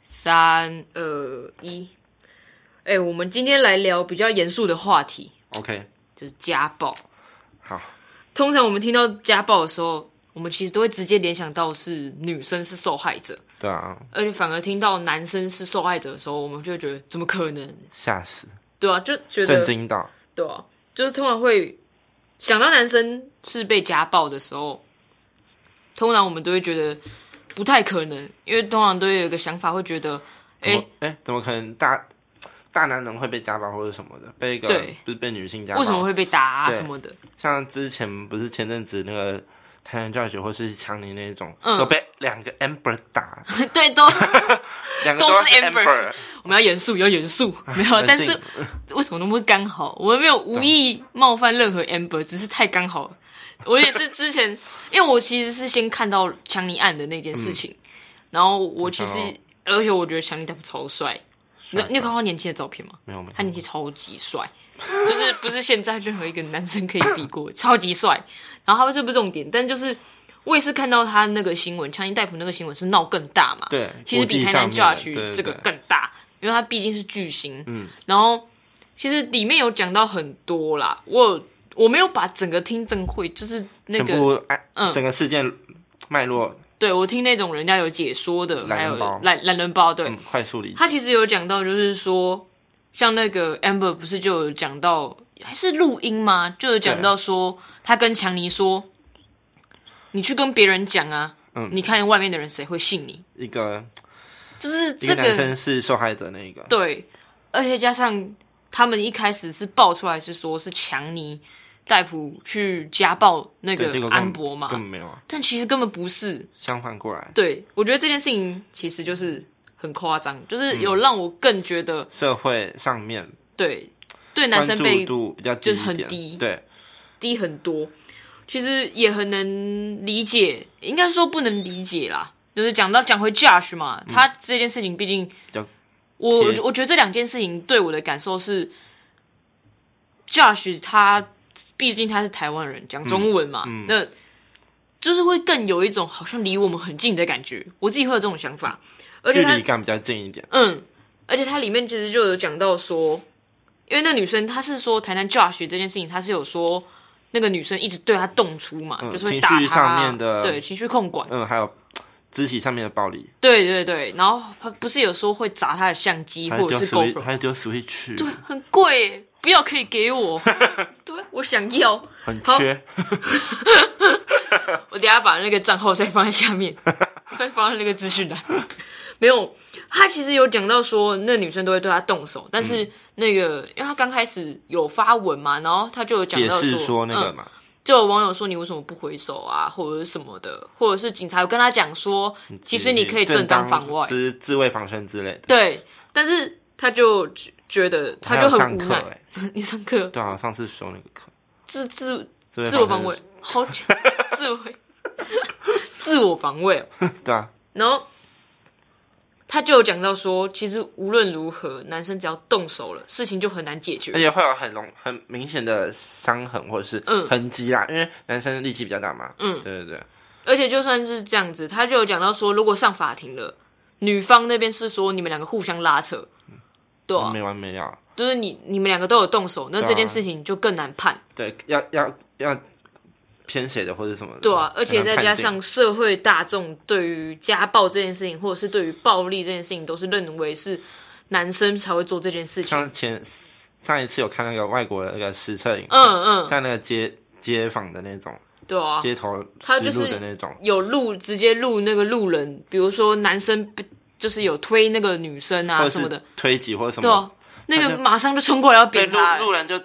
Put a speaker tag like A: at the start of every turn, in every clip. A: 三二一，哎、我们今天来聊比较严肃的话题，
B: OK，
A: 就是家暴。
B: 好，
A: 通常我们听到家暴的时候，我们其实都会直接联想到是女生是受害者，
B: 对啊，
A: 而且反而听到男生是受害者的时候，我们就会觉得怎么可能？
B: 吓死，
A: 对啊，就觉
B: 震
A: 得
B: 惊到，
A: 对啊，就是通常会想到男生是被家暴的时候，通常我们都会觉得不太可能，因为通常都会有一个想法，会觉得，
B: 怎
A: 哎、
B: 么哎、怎么可能大大男人会被家暴或者什么的，被一个
A: 对
B: 不是被女性家暴？
A: 为什么会被打啊
B: 对
A: 什么的？
B: 像之前不是前阵子那个台南教学或是强尼那种，
A: 嗯
B: 都被两个 amber 打，
A: 对， 都
B: 两个
A: 都
B: 是
A: 是 Amber 我们要严肃，要严肃，
B: 啊
A: 没有，但是为什么那么刚好？我们没有无意冒犯任何 Amber，只是太刚好了。我也是之 前，因为我其实是先看到强尼案的那件事情，然后我其实
B: 嗯看，
A: 而且我觉得强尼他超帅。你
B: 帅
A: 你有看过他年轻的照片吗？
B: 没有没有
A: 他年纪超级帅，就是不是现在任何一个男生可以比过，超级帅。然后他这不是重点，但就是我也是看到他那个新闻，强尼戴普那个新闻是闹更大嘛，
B: 对
A: 其实
B: 国
A: 比
B: 际
A: 台
B: 上
A: 南
B: 面
A: Josh
B: 对
A: 这个
B: 对
A: 更大，因为他毕竟是巨星，
B: 嗯，
A: 然后其实里面有讲到很多啦，我有我没有把整个听证会就是那
B: 全
A: 个，
B: 部哎、
A: 嗯
B: 整个事件脉络，
A: 对我听那种人家有解说的，
B: 懒
A: 还
B: 人
A: 有
B: 包
A: 懒懒人包，对，
B: 嗯，快速理解，
A: 他其实有讲到，就是说，像那个 Amber 不是就有讲到，还是录音吗？就有讲到说，他跟强尼说，你去跟别人讲啊，
B: 嗯
A: 你看外面的人谁会信你？
B: 一个
A: 就是
B: 一
A: 这
B: 个男
A: 个
B: 生是受害者那一个，
A: 对，而且加上他们一开始是爆出来是说是强尼戴普去家暴那
B: 对，
A: 个
B: 这个根本
A: 安博嘛，
B: 根本没有啊，
A: 但其实根本不是，
B: 相反过来，
A: 对我觉得这件事情其实就是很夸张，就是有
B: 嗯
A: 让我更觉得。
B: 社会上面
A: 对对，男
B: 关
A: 生
B: 注
A: 被
B: 度比较低
A: 就是
B: 一
A: 很
B: 点
A: 低
B: 对，
A: 低很多，其实也很能理解，应该说不能理解啦。就是讲到讲回 Josh 嘛，他这件事情毕竟
B: 嗯较，
A: 我
B: 贴
A: 我觉得这两件事情对我的感受是，Josh 他毕竟他是台湾人，讲中文嘛，
B: 嗯嗯
A: 那就是会更有一种好像离我们很近的感觉，我自己会有这种想法，而且
B: 距
A: 他
B: 离感比较近一点。
A: 嗯，而且它里面其实就有讲到说，因为那女生她是说台南 Josh 这件事情，她是有说那个女生一直对她动粗嘛，
B: 嗯
A: 就是会
B: 情
A: 打
B: 绪
A: 她，
B: 上面的
A: 对情绪控管，
B: 嗯，还有肢体上面的暴力，
A: 对对对，然后她不是有说会砸她的相机
B: 还有
A: 或
B: 丢
A: 者是
B: Switch，
A: GoPro，
B: 还有丢 Switch，
A: 对，很贵耶，不要可以给 我，对我想要，
B: 很
A: 好
B: 缺。
A: 我等一下把那个账号再放在下 面，再放在那个资讯栏。没有，他其实有讲到说，那女生都会对他动手，但
B: 嗯
A: 是那个，因为他刚开始有发文嘛，然后他就有讲
B: 解
A: 到
B: 释
A: 说
B: 说那个
A: 嗯，
B: 嘛，
A: 就有网友说你为什么不回手啊，或者是什么的，或者是警察有跟他讲说，
B: 嗯
A: 其实你可以
B: 正
A: 正当
B: 当
A: 防卫，
B: 自自卫防身之类的。
A: 对，但是他就觉觉得他就
B: 还有
A: 很
B: 上
A: 无
B: 课
A: 奈。
B: 哎，
A: 你上课
B: 对啊，上次修那个课，
A: 自自
B: 自卫
A: 自我防卫
B: 身，
A: 好自卫 自我防卫哦。
B: 对啊，
A: 然后他就有讲到说，其实无论如何，男生只要动手了，事情就很难解决
B: 而。且会有很容很明显的伤痕或者是
A: 嗯
B: 痕迹啦，因为男生力气比较大嘛。
A: 嗯
B: 对对对，
A: 而且就算是这样子，他就有讲到说，如果上法庭了，女方那边是说你们两个互相拉扯，对啊，
B: 嗯没完没了。
A: 就是你你们两个都有动手，那
B: 对啊
A: 这件事情就更难判，
B: 对，要要要偏谁的或者什么的。
A: 对啊。而且
B: 很难
A: 再
B: 判
A: 加
B: 定
A: 上社会大众对于家暴这件事情，或者是对于暴力这件事情，都是认为是男生才会做这件事情。
B: 像前上一次有看那个外国的那个实测影片，
A: 嗯嗯，
B: 像那个街街坊的那种、
A: 对啊，
B: 街头
A: 他
B: 实
A: 就是
B: 录的那种，
A: 有录直接录那个路人，比如说男生被就是有推那个女生啊
B: 或
A: 什么
B: 者
A: 的
B: 是，嗯推挤或者什
A: 对啊
B: 么，，
A: 那个马上就冲过来要扁
B: 对路
A: 他、
B: 路人就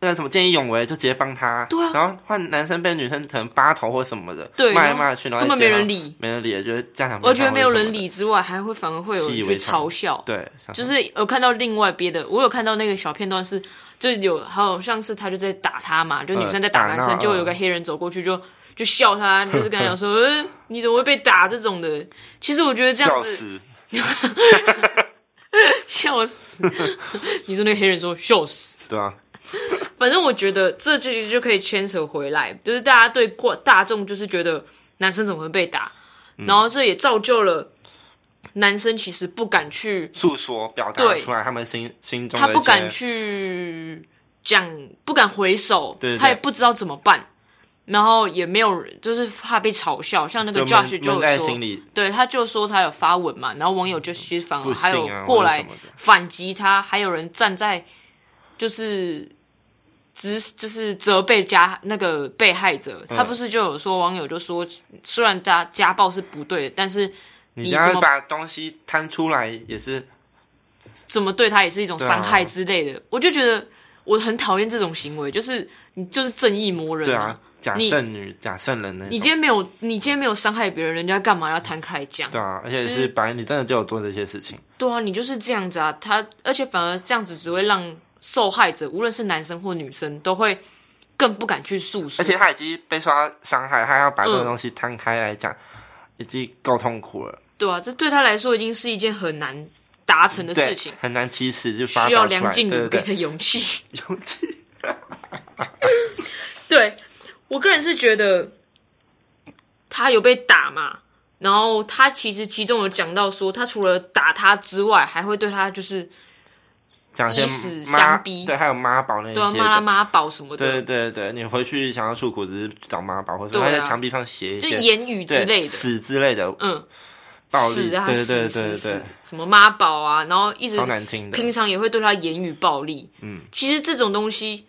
B: 那个什么见义勇为，就直接帮他，
A: 对啊
B: 然后换男生被女生可能扒头或什么的，
A: 对
B: 骂
A: 然
B: 来
A: 后
B: 骂去，然后
A: 根本
B: 在街
A: 没
B: 上
A: 人理
B: 没人理，就是家长
A: 我觉得没有人
B: 骂
A: 理之外，还会反而会有
B: 习以
A: 人
B: 为
A: 去
B: 常
A: 嘲笑
B: 或。什么的，对，
A: 就是是有看到另外别的，我有看到那个小片段是，就有好像是他就在打他嘛，就女生在打
B: 呃打嗯
A: 男生，
B: 闹
A: 就有个黑人走过去就就笑他，就是跟他讲说，呃，你怎么会被打这种的？其实我觉得这样
B: 笑
A: 子
B: 死，
A: 笑死，你说那个黑人说笑死。
B: 对啊，
A: 反正我觉得这就就可以牵扯回来，就是大家对
B: 嗯
A: 过大众就是觉得男生怎么会被打，然后这也造就了男生其实不敢去，
B: 诉说表达
A: 对
B: 出来他们心心中
A: 他
B: 的一
A: 不敢
B: 些
A: 去讲，不敢回首，
B: 对对
A: 他也不知道怎么办，然后也没有人，就是怕被嘲笑。像那个
B: 就
A: Josh
B: 闷
A: 就
B: 闷
A: 有
B: 在
A: 说
B: 心，里，
A: 对，他就说他有发文嘛，然后网友就其实反而
B: 不
A: 嗯还有
B: 信啊
A: 过
B: 或
A: 来
B: 者什么的
A: 反击他，还有人站在就是只就是责备加那个被害者，他
B: 嗯
A: 不是就有说网友就说，虽然家家暴是不对的，但是
B: 你
A: 你
B: 这
A: 怎
B: 样
A: 么
B: 把东西摊出来也是
A: 怎么对他也是一种伤害
B: 对啊
A: 之类的，我就觉得我很讨厌这种行为，就是你就是正义魔人、
B: 对啊，假
A: 你
B: 圣女、假圣人那
A: 嗯你今。
B: 种
A: 天没有，你今天没有伤害别人，人家干嘛要摊开来讲？
B: 对啊，而且
A: 就是
B: 是本来你真的就有做这些事情，
A: 对啊，你就是这样子啊。他而且反而这样子只会让受害者，无论是男生或女生，都会更不敢去诉说。
B: 而且他已经被受到伤害，他要把这
A: 嗯
B: 个东西摊开来讲，已经够痛苦了。
A: 对啊，这对他来说已经是一件很难达成的事
B: 对
A: 情，，
B: 很难启齿就发
A: 需要
B: 表出来，
A: 梁静
B: 对
A: 茹
B: 对
A: 给
B: 对，
A: 的勇气。
B: 勇气。
A: 对我个人是觉得他有被打嘛，然后他其实其中有讲到说，他除了打他之外，还会对他就是
B: 讲一
A: 以死
B: 些
A: 相
B: 妈，
A: 逼
B: 对，还有妈宝那一
A: 对啊
B: 些
A: 骂他
B: 的，
A: 妈宝什么的，
B: 对对对，你回去想要诉苦，只是找妈宝，或者
A: 对啊
B: 他在墙壁上写一
A: 就是
B: 些
A: 言语之
B: 对
A: 类的，
B: 死之类的
A: 嗯，
B: 暴力，
A: 死啊，
B: 对对
A: 死死
B: 对
A: 死
B: 对，
A: 什么妈宝啊，然后一直
B: 超难听的。
A: 平常也会对他言语暴力。
B: 嗯，
A: 其实这种东西，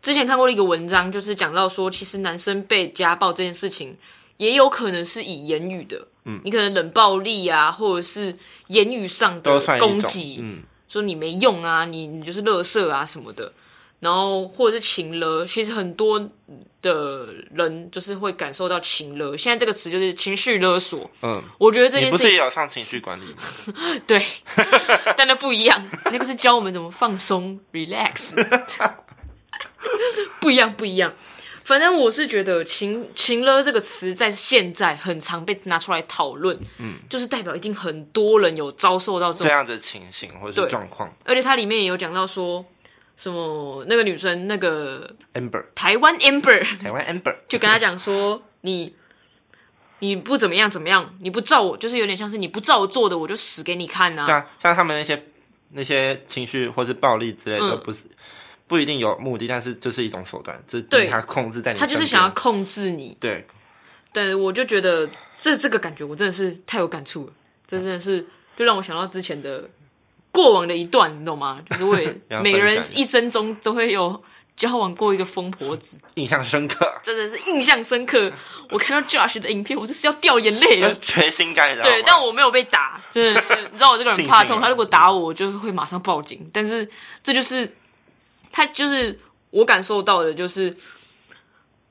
A: 之前看过一个文章，就是讲到说，其实男生被家暴这件事情，也有可能是以言语的，嗯，你可能冷暴力啊，或者是言语上
B: 都
A: 的
B: 算一
A: 攻
B: 种
A: 击，
B: 嗯，
A: 说你没用啊，你你就是垃圾啊什么的，然后或者是情勒，其实很多的人就是会感受到情勒，现在这个词就是情绪勒索。
B: 嗯，
A: 我觉得这
B: 你
A: 件
B: 不
A: 事
B: 是
A: 情
B: 也有上情绪管理吗？
A: 对， 但那不一样，那个是教我们怎么放松，relax，不一样，不一样。反正我是觉得“情情勒”这个词在现在很常被拿出来讨论，嗯，啊就是代表一定很多人有遭受到这
B: 这
A: 种，
B: 样的情形或
A: 对
B: 是状况
A: 而且它里面也有讲到说什么那个女生，那个
B: ，amber，
A: 台湾 Amber
B: 台湾 amber，
A: 嗯就跟他讲说你。你不怎么样怎么样？你不照我，就是有点像是你不照我做的，我就死给你看啊！
B: 对啊，像他们那些那些情绪或是暴力之类的，
A: 嗯
B: 不是不一定有目的，但是就是一种手段，就是
A: 对
B: 逼他控制在你
A: 他
B: 身边。
A: 就是想要控制你，
B: 对，
A: 但我就觉得这这个感觉我真的是太有感触了，这真的是就让我想到之前的过往的一段，你懂吗？就是 我也
B: 要分享
A: 每个人一生中都会有交往过一个疯婆子，
B: 印象 深刻，
A: 真的是印象深刻。我看到 Josh 的影片，我就是要掉眼泪了。
B: 捶心肝，你知道
A: 对，
B: 吗
A: 但我没有被打，真的是，你知道我这个人很怕
B: 庆幸
A: 痛，
B: 啊
A: 他如果打我，我就会马上报警。但是这就是他，就是我感受到的，就是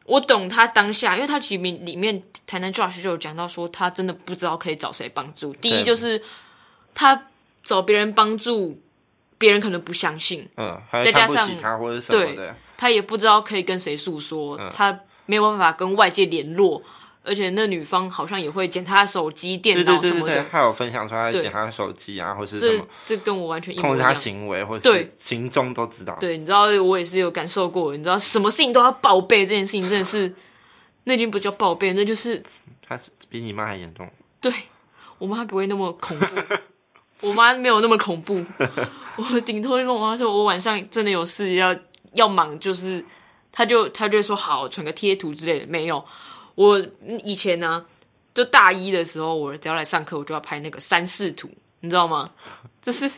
A: 我懂他当下，因为他其实里面台南 Josh 就有讲到说，他真的不知道可以找谁帮助。第一
B: 对
A: 就是他找别人帮助，别人可能不相信，
B: 嗯，还
A: 再
B: 有
A: 加
B: 看不
A: 上
B: 起他或者什么的，
A: 他也不知道可以跟谁诉说，
B: 嗯
A: 他没有办法跟外界联络。而且那女方好像也会捡他的手机、电
B: 对
A: 脑
B: 对
A: 什
B: 对
A: 么
B: 对
A: 的
B: 对，，还有分享出他
A: 对
B: 捡他的手机啊，或是什
A: 这
B: 么
A: 这跟我完全一模
B: 控
A: 一
B: 制
A: 样
B: 他。行为或
A: 对
B: 是行踪都知道。
A: 对，你知道我也是有感受过，你知道什么事情都要报备，这件事情真的是，那已经不叫报备，那就是
B: 他是比你妈还严重，
A: 对我妈不会那么恐怖，我妈没有那么恐怖，我顶多就跟我妈说，我晚上真的有事要要忙，就是她就她就会说好，传个贴图之类的，没有，我以前呢、就大一的时候，我只要来上课，我就要拍那个三视图，你知道吗？就是。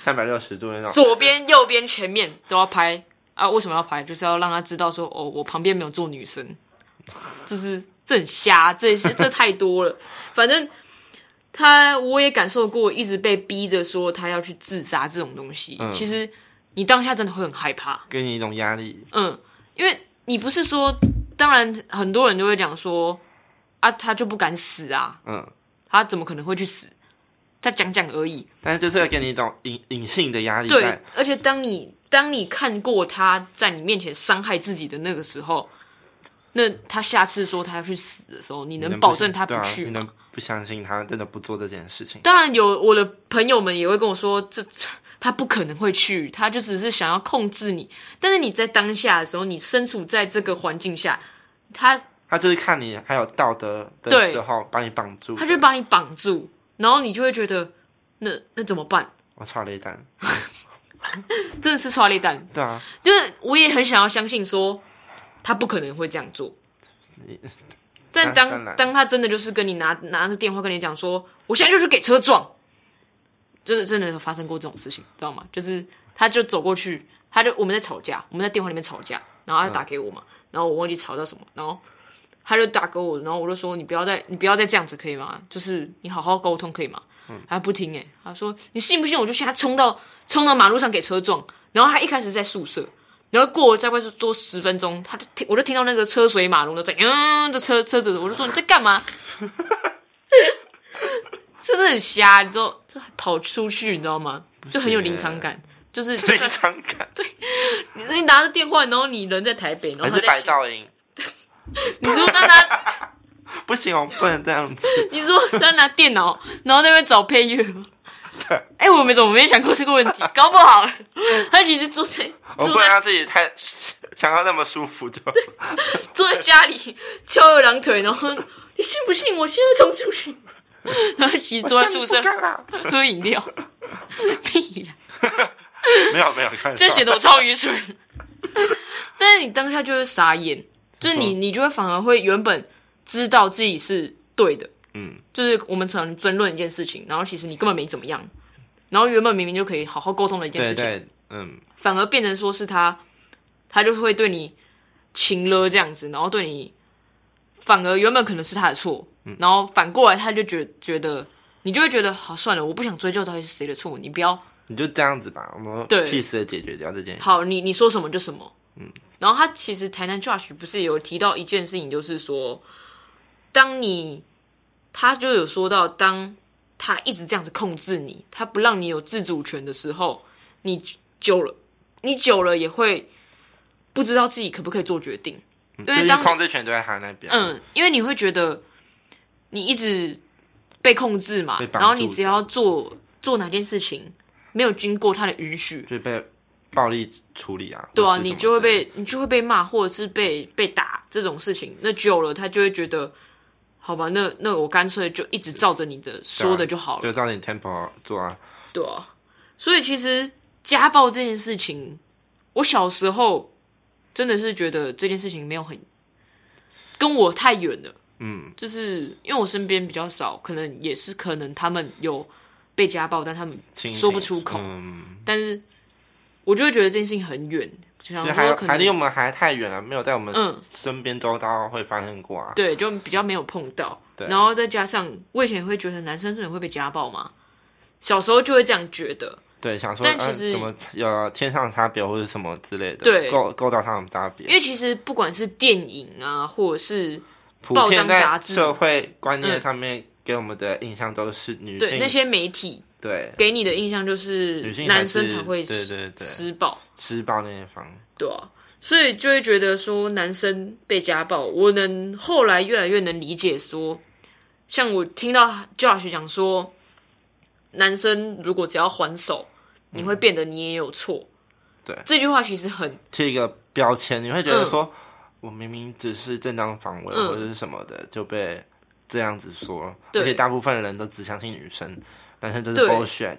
B: 三百六十度那种。
A: 左边、右边、前面都要拍啊！为什么要拍？就是要让他知道说，哦，我旁边没有坐女生，就是这很瞎，这些这太多了。反正他我也感受过，一直被逼着说他要去自杀这种东西，
B: 嗯
A: 其实你当下真的会很害怕，
B: 给你一种压力，
A: 嗯，因为你不是说，当然很多人都会讲说，啊，他就不敢死啊，
B: 嗯，
A: 他怎么可能会去死？他讲讲而已，
B: 但是就是会给你一种隐隐性的压力
A: 对
B: 在，，
A: 而且当你当你看过他在你面前伤害自己的那个时候，那他下次说他要去死的时候，你
B: 你
A: 能
B: 不
A: 保
B: 信
A: 证他不
B: 对啊
A: 去
B: 你
A: 吗？
B: 能不相信他真的不做这件事情？
A: 当然有，我的朋友们也会跟我说，这这他不可能会去，他就只是想要控制你。但是你在当下的时候，你身处在这个环境下，他
B: 他就是看你还有道德的
A: 对
B: 时候把你绑住，
A: 他就把你绑住，然后你就会觉得，那那怎么办？
B: 我操雷蛋，
A: 真的是刷裂蛋，
B: 对啊，
A: 就是我也很想要相信说他不可能会这样做，
B: 你
A: 但
B: 当
A: 当
B: 当然
A: 当他真的就是跟你拿拿着电话跟你讲说，我现在就是给车撞，真的真的有发生过这种事情，知道吗？就是他就走过去，他就我们在吵架，我们在电话里面吵架，然后他打给我嘛，然后我忘记吵到什么，然后他就打给我，然后我就说你不要再你不要再这样子可以吗？就是你好好沟通可以吗？他不听诶、欸他说你信不信我就现在冲到冲到马路上给车撞，然后他一开始在宿舍，然后过了大概是多十分钟，他就听，我就听到那个车水马龙的声音，嗯，这车车子，我就说你在干嘛？ 真的很瞎，你知道，就跑出去，你知道吗？就很有临场感，就是就
B: 非
A: 算
B: 常感，
A: 你你拿着电话，然后你人在台北，然
B: 还
A: 后他
B: 是白
A: 在
B: 噪音，
A: 你说他 拿
B: 不行哦，不能这样 子，
A: 你说他拿电脑，然后在那边找配乐吗。
B: 对
A: 哎、我没怎么没想过这个问题，搞不好他其实坐在
B: 我
A: 坐
B: 不能
A: 在
B: 让自己太 想要那么舒服就，
A: 坐在家里翘二郎腿，然后你信不信我现在冲出去？然后其实坐在宿舍
B: 我真的 不干了，
A: 喝饮料，屁啦！
B: 没有没有，看
A: 这显得我超愚蠢。但是你当下就会傻眼，就是你你就会反而会原本知道自己是对的，
B: 嗯，
A: 就是我们常争论一件事情，然后其实你根本没怎么样，然后原本明明就可以好好沟通的一件
B: 对
A: 事情，
B: 对，嗯，
A: 反而变成说是他，他就是会对你情了这样子，然后对你，反而原本可能是他的错，然后反过来他就觉觉得，你就会觉得好算了，我不想追究到底是谁的错，你不要
B: 你就这样子吧，我们
A: 对
B: peace 的解决掉这件事，
A: 好，你你说什么就什么。嗯，然后他其实台南 Josh 不是有提到一件事情，就是说，当你他就有说到，当他一直这样子控制你，他不让你有自主权的时候，你久了，你久了也会不知道自己可不可以做决定。
B: 嗯就
A: 因为
B: 是
A: 当
B: 控制权都在他那边，
A: 嗯，因为你会觉得你一直被控制嘛
B: 被，绑
A: 然后你
B: 住
A: 只要做做哪件事情没有经过他的允许，
B: 就被暴力处理啊，
A: 对啊，
B: 或是什么
A: 你就会
B: 之类的
A: 被你就会被骂，或者是被被打这种事情，那久了他就会觉得，好吧，那那我干脆就一直照着你的说的就好了，
B: 就照你 tempo 做啊，
A: 对啊。所以其实家暴这件事情，我小时候真的是觉得这件事情没有很跟我太远了，
B: 嗯，
A: 就是因为我身边比较少，可能也是可能他们有被家暴，但他们
B: 清
A: 说不出口
B: 嗯，
A: 但是我就会觉得这件事情很远，就想
B: 就还
A: 说
B: 有
A: 嗯可
B: 还
A: 能
B: 离我们还太远了，没有在我们
A: 嗯
B: 身边周遭会发生过啊，
A: 对，就比较没有碰到。
B: 对
A: 然后再加上我以前也会觉得男生真的会被家暴嘛，小时候就会这样觉得。
B: 对，想说
A: 但
B: 呃
A: 其实
B: 怎么有天上差别或者什么之类的，
A: 对
B: 够够到他们差别
A: 因，为其实不管是电影啊，或者是
B: 普
A: 报
B: 遍
A: 章杂
B: 在
A: 志
B: 社会观念
A: 嗯
B: 上面给我们的印象都是女
A: 对那
B: 性
A: 些媒体
B: 对
A: 给你的印象，就是
B: 女性
A: 男
B: 还
A: 生
B: 是
A: 才会
B: 对对对
A: 施暴，
B: 施暴那一方，
A: 对啊，所以就会觉得说男生被家暴，我能后来越来越能理解说，像我听到 Josh 讲说，男生如果只要还手，你会变得你也有错。
B: 嗯对
A: 这句话其实很
B: 是一个标签，你会觉得说，我明明只是正当防卫
A: 嗯
B: 或者是什么的，就被这样子说，
A: 对
B: 而且大部分人都只相信女生，男生就是
A: 对
B: bullshit，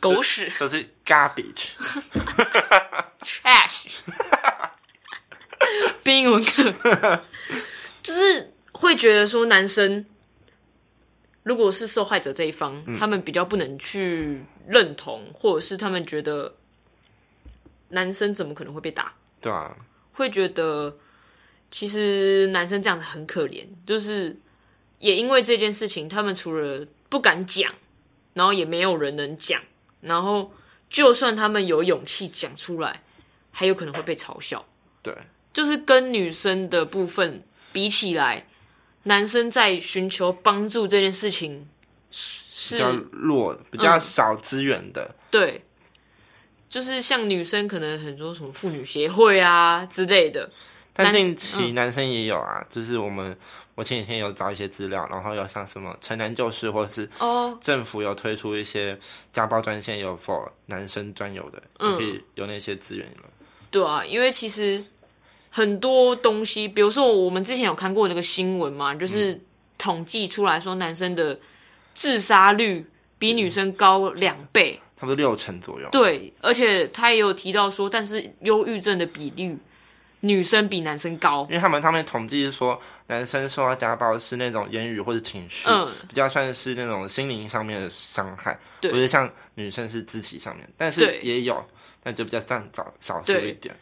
A: 狗屎
B: 就是 garbage，
A: trash，英文课，就是会觉得说男生如果是受害者这一方，他们比较不能去认同，或者是他们觉得男生怎么可能会被打，
B: 对啊，
A: 会觉得其实男生这样子很可怜，就是也因为这件事情，他们除了不敢讲，然后也没有人能讲，然后就算他们有勇气讲出来，还有可能会被嘲笑。
B: 对，
A: 就是跟女生的部分比起来，男生在寻求帮助这件事情是嗯
B: 比较弱，比较少资源的，
A: 对，就是像女生可能很多什么妇女协会啊之类的，
B: 但
A: 男
B: 近期男生也有啊，就是我们我前几天有找一些资料，然后有像什么城南旧事，或是
A: 哦，
B: 政府有推出一些家暴专线，有 for 男生专有的，
A: 嗯
B: 也可以有那些资源了，
A: 对啊，因为其
B: 嗯
A: 实很多东西，比如说我们之前有看过那个新闻嘛，就是统计出来说，男生的自杀率比女生高两倍。
B: 差不多六成左右。
A: 对，而且他也有提到说，但是忧郁症的比率女生比男生高。
B: 因为他们他们统计是说，男生受到家暴是那种言语或者情绪，
A: 嗯
B: 比较算是那种心灵上面的伤害，
A: 对
B: 不是像女生是肢体上面，但
A: 对
B: 是也有，但就比较占少少数
A: 对
B: 一点。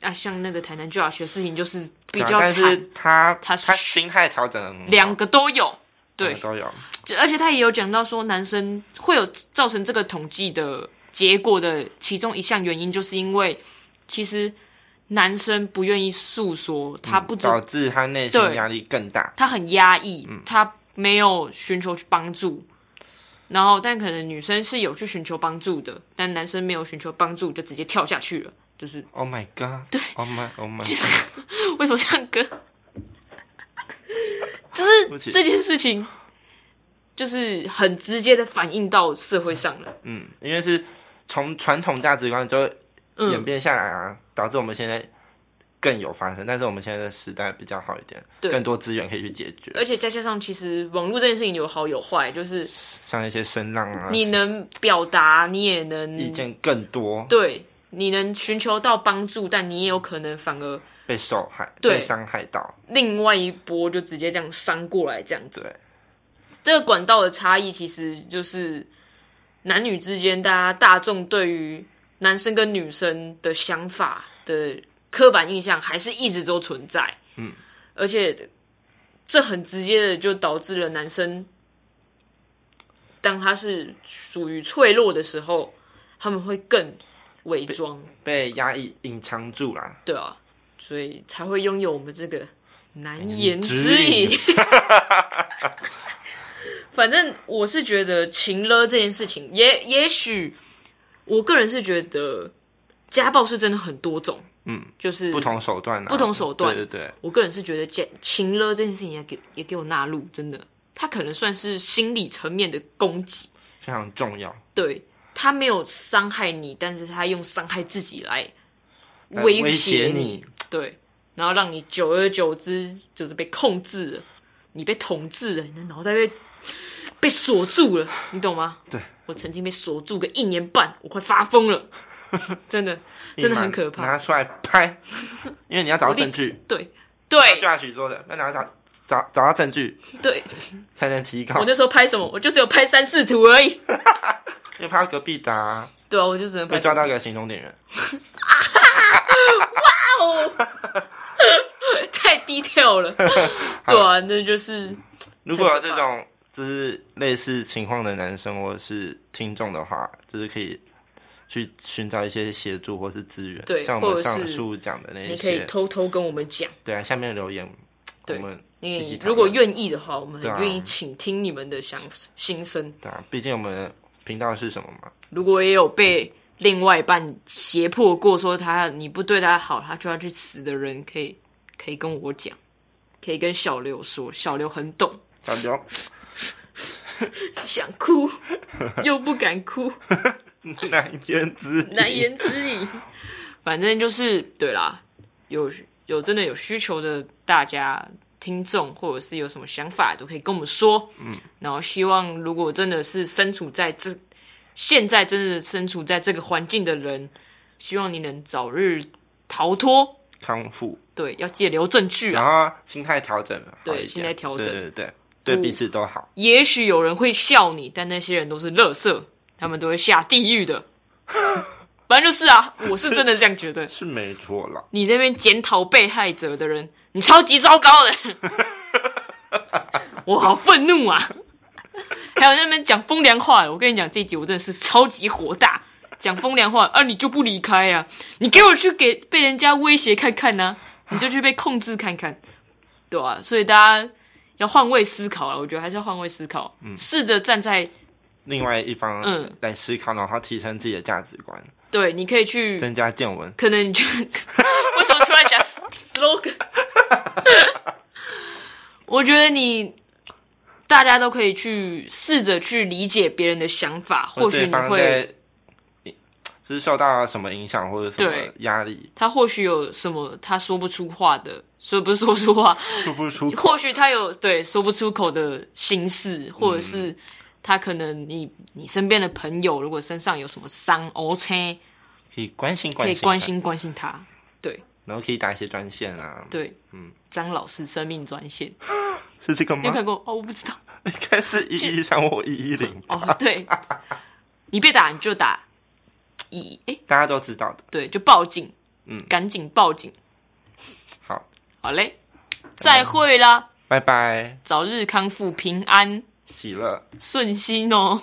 A: 啊，像那个台南 Josh 的事情就是比
B: 对啊
A: 较
B: 但是
A: 惨，
B: 他
A: 他是
B: 他心态调整得很好
A: 两个都有。对
B: 两个，都有，
A: 就而且他也有讲到说，男生会有造成这个统计的结果的其中一项原因，就是因为其实男生不愿意诉说，他不知、
B: 导致他内心
A: 对
B: 压力更大。
A: 他很压抑，他没有寻求去帮助。然后，但可能女生是有去寻求帮助的，但男生没有寻求帮助，就直接跳下去了。就是
B: Oh my god！对，Oh my Oh my！
A: 为什么唱歌？ 就
B: 不
A: 是
B: 起
A: 这件事情，就是很直接的反映到社会上了。
B: 嗯，因为是从传统价值观就演
A: 嗯，
B: 变下来啊，导致我们现在更有发生，但是我们现在的时代比较好一点，
A: 对
B: 更多资源可以去解决，
A: 而且再加上，其实网络这件事情有好有坏，就是
B: 像一些声浪啊，
A: 你能表达，你也
B: 意
A: 能
B: 见更多，
A: 对，你能寻求到帮助，但你也有可能反而
B: 被受害、
A: 对
B: 被伤害到，
A: 另外一波就直接这样伤过来，这样子。
B: 对，
A: 这个管道的差异，其实就是男女之间，大家大众对于男生跟女生的想法的刻板印象，还是一直都存在。
B: 嗯，
A: 而且这很直接的就导致了男生，当他是属于脆弱的时候，他们会更伪装，
B: 被压抑、隐藏住啦。
A: 对啊，所以才会拥有我们这个难言
B: 之
A: 之
B: 隐
A: 隐。反正我是觉得情勒这件事情，也也许我个人是觉得家暴是真的很多种，
B: 嗯，
A: 就是
B: 不。同手段啊，
A: 不同手段
B: 对对对，
A: 我个人是觉得家情勒这件事情也给也给我纳入，真的，他可能算是心理层面的攻击，
B: 非常重要，
A: 对他没有伤害你，但是他用伤害自己来
B: 来
A: 呃威
B: 呃胁
A: 胁你，对，然后让你久而久之就是被控制了，你被统治了，你的脑袋被被锁住了，你懂吗？
B: 对，
A: 我曾经被锁住个一年半，我快发疯 了，真的，真的很可
B: 立马
A: 怕。
B: 拿出来拍， 因为你要找到证据，
A: 对
B: 就
A: 对
B: 像许说的，要拿找找找到证据
A: 对，
B: 才能提高
A: 我，那时候拍什么，我就只有拍三四图而已。
B: 因为怕隔壁打啊，
A: 对啊，我就只能
B: 被
A: 拍
B: 抓到一个行动电源，
A: 哦， 太低调 了。对啊，那就是
B: 如果有这种就是类似情况的男生或是听众的话，就是可以去寻找一些协助或是资源。
A: 对
B: 像我
A: 或
B: 们
A: 者是
B: 上述讲的那一
A: 你可以
B: 些，
A: 偷偷跟我们讲。
B: 对啊，下面留言，我
A: 对
B: 们一起
A: 你
B: 讨论
A: 如果愿意的话，我们
B: 对啊
A: 很愿意倾听你们的想心声。
B: 对啊，毕竟我们频道是什么嘛，
A: 如果也有被另外一半胁迫过，说他你不对他好，他就要去死的人，可以可以跟我讲，可以跟小刘说，小刘很懂，
B: 小刘，
A: 想哭又不敢哭，
B: 难言之隐
A: 难言之隐。 反正就是对啦，有有真的有需求的大家听众，或者是有什么想法，都可以跟我们说。嗯，然后希望如果真的是身处在这现在真的身处在这个环境的人，希望你能早日逃脱。
B: 康复，
A: 对，要记得留证据
B: 然
A: 啊。
B: 后心态调整了，
A: 对
B: 好一点
A: 心态调整嗯
B: 对对对，对彼此都好。
A: 也许有人会笑你，但那些人都是垃圾，他们都会下地狱的。 反正就是啊，我是真的这样觉得。
B: 是没错啦，
A: 你这边检讨被害者的人，你超级糟糕的，我好愤怒啊！还有那边讲风凉话的，我跟你讲，这一集我真的是超级火大，讲风凉话啊，你就不离开啊，你给我去给被人家威胁看看呐、你就去被控制看看，对啊，所以大家要换位思考啊，我觉得还是要换位思考，试着站在
B: 另外一方
A: 嗯
B: 来思考，然后提升自己的价值观，
A: 对，你可以去
B: 增加见闻。
A: 可能你就 为什么突然讲 slogan？我觉得你大家都可
B: 哦
A: 以去试着去理解别人的想法，或许
B: 对
A: 你
B: 方
A: 会
B: 在就是受到什么影响或者什么
A: 对
B: 压 力，
A: 他或许有什么他说不出话的，所以不是说不出 话，
B: 说不出口。
A: 或许他有对说不出口的心事，或者
B: 嗯
A: 是他可能你你身边的朋友如果身上有什么伤，OK，
B: 可以关心关
A: 可
B: 心
A: 以
B: 他，
A: 关心关心他。对
B: 然后可以打一些专线啊。，
A: 对，
B: 嗯，
A: 张老师生命专线，
B: 是这个
A: 你有
B: 吗？
A: 看过哦？我不知道
B: 应该是一一三或一一零，
A: 哦。对，你被打你就打一，哎、
B: 大家都知道的。
A: 对，就报警，
B: 嗯
A: 赶紧报警。
B: 好，
A: 好嘞，再会啦，
B: 拜拜，
A: 早日康复，平安
B: 喜乐。
A: 顺心哦。